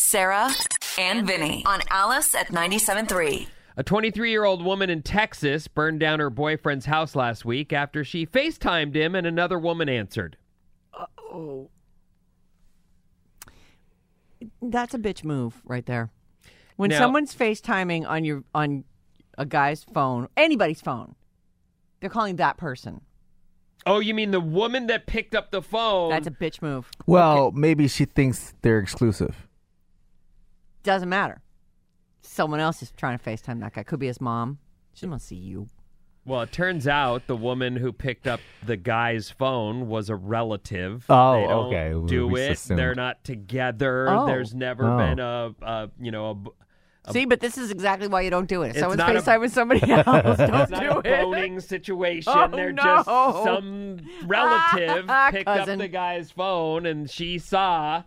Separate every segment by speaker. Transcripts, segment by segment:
Speaker 1: Sarah and Vinny on Alice at 97.3.
Speaker 2: A 23 year old woman in Texas burned down her boyfriend's house last week after she FaceTimed him and another woman answered.
Speaker 3: That's a bitch move right there. When
Speaker 2: Now-
Speaker 3: someone's FaceTiming on your on a guy's phone, anybody's phone, they're calling that person.
Speaker 2: Oh, you mean the woman that picked up the phone?
Speaker 3: That's a bitch move.
Speaker 4: Well, maybe she thinks they're exclusive.
Speaker 3: Doesn't matter. Someone else is trying to FaceTime that guy. Could be his mom. She doesn't want to see you.
Speaker 2: well, it turns out the woman who picked up the guy's phone was a relative.
Speaker 4: Oh,
Speaker 2: They don't
Speaker 4: okay. We-
Speaker 2: Do
Speaker 4: we
Speaker 2: it.
Speaker 4: assumed.
Speaker 2: They're not together.
Speaker 3: Oh.
Speaker 2: There's never
Speaker 4: Oh.
Speaker 2: been a, a, you know, a, b-
Speaker 3: See, but this is exactly why you don't do it. If
Speaker 2: Um, It's
Speaker 3: someone's
Speaker 2: not a-
Speaker 3: FaceTiming somebody else, don't
Speaker 2: it's not
Speaker 3: do
Speaker 2: a
Speaker 3: it.
Speaker 2: boning situation.
Speaker 3: Oh,
Speaker 2: They're
Speaker 3: no.
Speaker 2: just some relative
Speaker 3: Ah,
Speaker 2: picked
Speaker 3: cousin.
Speaker 2: up the guy's phone and she saw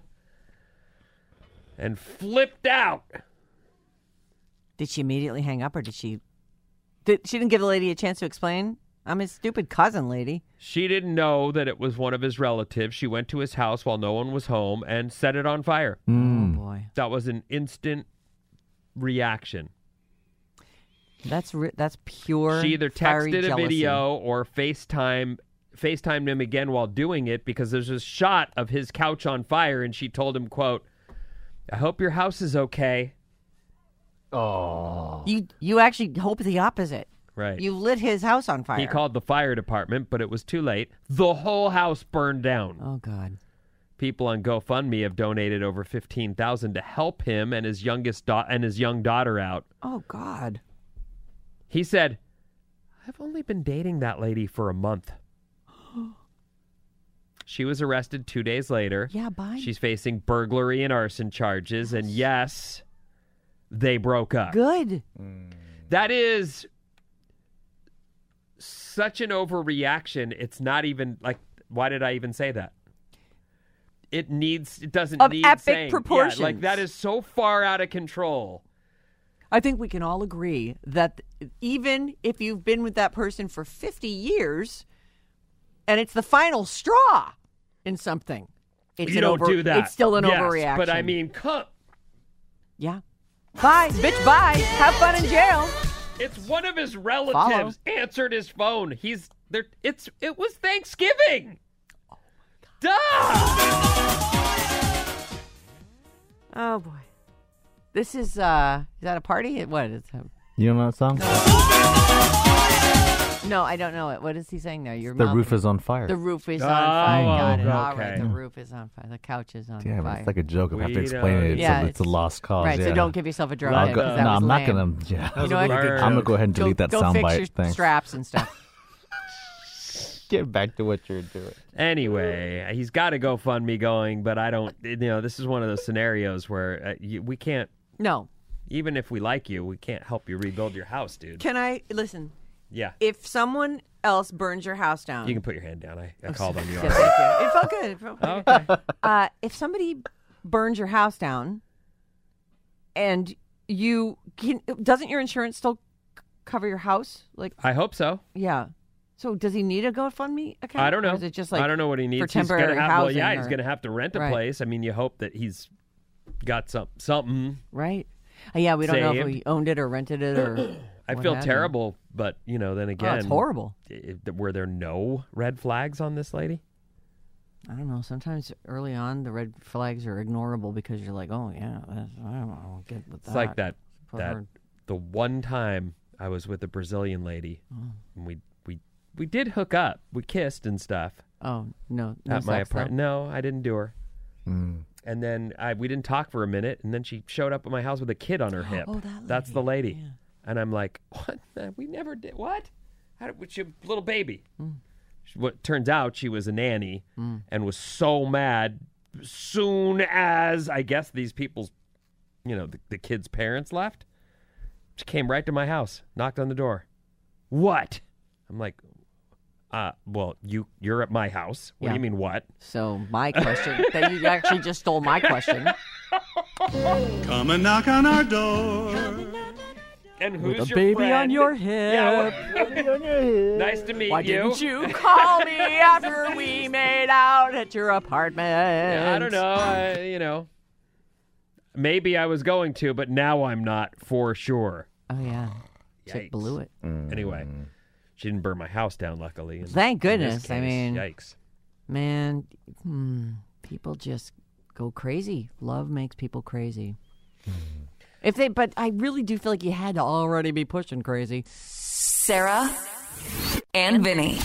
Speaker 2: and flipped out.
Speaker 3: Did she immediately hang up, or did she? Did she didn't give the lady a chance to explain? I'm his stupid cousin, lady.
Speaker 2: She didn't know that it was one of his relatives. She went to his house while no one was home and set it on fire.
Speaker 3: Oh boy,
Speaker 2: That was an instant reaction.
Speaker 3: that's re- that's pure.
Speaker 2: She either
Speaker 3: fiery
Speaker 2: texted a
Speaker 3: jealousy.
Speaker 2: video or FaceTime FaceTimed him again while doing it because there's a shot of his couch on fire and she told him, quote, I hope your house is okay.
Speaker 4: Oh.
Speaker 3: You you actually hope the opposite.
Speaker 2: Right.
Speaker 3: You lit his house on fire.
Speaker 2: he called the fire department, but it was too late. The whole house burned down.
Speaker 3: Oh God.
Speaker 2: People on GoFundMe have donated over 15,000 to help him and his youngest da- and his young daughter out.
Speaker 3: Oh God.
Speaker 2: He said, I've only been dating that lady for a month. She was arrested two days later.
Speaker 3: Yeah, bye.
Speaker 2: She's facing burglary and arson charges. And yes, they broke up.
Speaker 3: Good.
Speaker 2: That is such an overreaction. It's not even like, why did I even say that? It needs, it doesn't
Speaker 3: Of
Speaker 2: need
Speaker 3: epic
Speaker 2: saying. Yeah, like,
Speaker 3: proportions.
Speaker 2: that is so far out of control.
Speaker 3: I think we can all agree that even if you've been with that person for 50 years, and it's the final straw in something, it's
Speaker 2: you
Speaker 3: an
Speaker 2: don't
Speaker 3: over-
Speaker 2: do that.
Speaker 3: It's still an
Speaker 2: Yes,
Speaker 3: overreaction.
Speaker 2: But I mean, come.
Speaker 3: yeah. Bye, bitch. Bye. Have fun in jail.
Speaker 2: It's one of his relatives answered his phone. He's there. It's it was Thanksgiving. Duh.
Speaker 3: Oh boy. This is uh is that a party? What is
Speaker 4: You don't know that song?
Speaker 3: No, I don't know it. What is he saying there? Your
Speaker 4: The
Speaker 3: mouth-
Speaker 4: roof is on fire.
Speaker 3: The roof is
Speaker 2: Oh,
Speaker 3: on fire. Got it.
Speaker 2: okay.
Speaker 3: All right. The roof is on fire. The couch is on
Speaker 4: Damn,
Speaker 3: fire.
Speaker 4: it's like a joke. I have
Speaker 2: We
Speaker 4: to explain
Speaker 2: don't-
Speaker 4: it. It's,
Speaker 3: Yeah,
Speaker 4: a, it's a
Speaker 3: it's-
Speaker 4: lost cause.
Speaker 3: right.
Speaker 4: yeah.
Speaker 3: So don't give yourself a drum.
Speaker 2: I'll
Speaker 3: head,
Speaker 2: go-
Speaker 3: 'cause that
Speaker 4: no,
Speaker 3: was
Speaker 4: I'm not
Speaker 3: lame.
Speaker 4: gonna. Yeah,
Speaker 3: You know what?
Speaker 2: good
Speaker 4: I'm
Speaker 2: joke.
Speaker 4: gonna go ahead and
Speaker 3: Go-
Speaker 4: delete that
Speaker 3: go fix your
Speaker 4: soundbite. Thanks.
Speaker 3: straps and stuff.
Speaker 4: Get back to what you're doing.
Speaker 2: Anyway, he's got a GoFundMe going, but I don't. You know, this is one of those scenarios where uh, you, we can't.
Speaker 3: No.
Speaker 2: Even if we like you, we can't help you rebuild your house, dude.
Speaker 3: Can I listen?
Speaker 2: Yeah,
Speaker 3: If someone else burns your house down,
Speaker 2: you can put your hand down. I,
Speaker 3: Oh,
Speaker 2: I called on you.
Speaker 3: Yeah,
Speaker 2: already.
Speaker 3: thank you. It felt good. It felt pretty good. Uh, if somebody burns your house down, and you can, doesn't your insurance still c- cover your house? Like,
Speaker 2: I hope so.
Speaker 3: yeah. So does he need a GoFundMe account?
Speaker 2: I don't know.
Speaker 3: Or is it just like
Speaker 2: I don't know what he needs.
Speaker 3: for temporary
Speaker 2: he's gonna have, Well,
Speaker 3: housing?
Speaker 2: yeah, he's
Speaker 3: or-
Speaker 2: going to have to rent a
Speaker 3: Right.
Speaker 2: place. I mean, you hope that he's got some something.
Speaker 3: right. Uh, yeah, we don't know if
Speaker 2: Saved.
Speaker 3: we owned it or rented it or. oh,
Speaker 2: I
Speaker 3: what
Speaker 2: feel
Speaker 3: have you.
Speaker 2: terrible, but you know, then
Speaker 3: Oh,
Speaker 2: again,
Speaker 3: it's horrible.
Speaker 2: i- i- were there no red flags on this lady?
Speaker 3: I don't know. Sometimes early on, the red flags are ignorable because you're like, oh yeah, that's, I don't know, get with that.
Speaker 2: It's like that
Speaker 3: Poor
Speaker 2: that
Speaker 3: bird.
Speaker 2: the one time I was with a Brazilian lady,
Speaker 3: Oh.
Speaker 2: and we we we did hook up, we kissed and stuff
Speaker 3: Oh no, no
Speaker 2: at my
Speaker 3: sex, though?
Speaker 2: apartment. No, I didn't do her. And then I we didn't talk for a minute, and then she showed up at my house with a kid on her hip.
Speaker 3: Oh, that
Speaker 2: That's the lady.
Speaker 3: lady, yeah.
Speaker 2: And I'm like, what? We never did what? How did with your little baby?
Speaker 3: Mm.
Speaker 2: She- What turns out she was a nanny and was so mad. Soon as I guess these people's, you know, the, the kids' parents left, she came right to my house, knocked on the door. What? I'm like, uh, well, you you're at my house. What do
Speaker 3: Yeah.
Speaker 2: you mean what?
Speaker 3: So my question that you actually just stole my question.
Speaker 5: Come and knock on our door.
Speaker 2: And who's
Speaker 3: With a
Speaker 2: your
Speaker 3: baby on
Speaker 2: friend?
Speaker 3: your hip.
Speaker 2: Yeah, well, nice to meet
Speaker 3: Why
Speaker 2: you.
Speaker 3: didn't you call me after we made out at your apartment?
Speaker 2: Yeah, I don't know. I, you know, Maybe I was going to, but now I'm not for sure.
Speaker 3: Oh yeah, chick
Speaker 2: Yikes.
Speaker 3: blew it.
Speaker 2: Anyway, she didn't burn my house down, luckily. in-
Speaker 3: Thank
Speaker 2: in this
Speaker 3: goodness. I
Speaker 2: case.
Speaker 3: mean,
Speaker 2: yikes.
Speaker 3: man, hmm, people just go crazy. Love makes people crazy. if they, but I really do feel like you had to already be pushing crazy.
Speaker 1: Sarah and Vinny.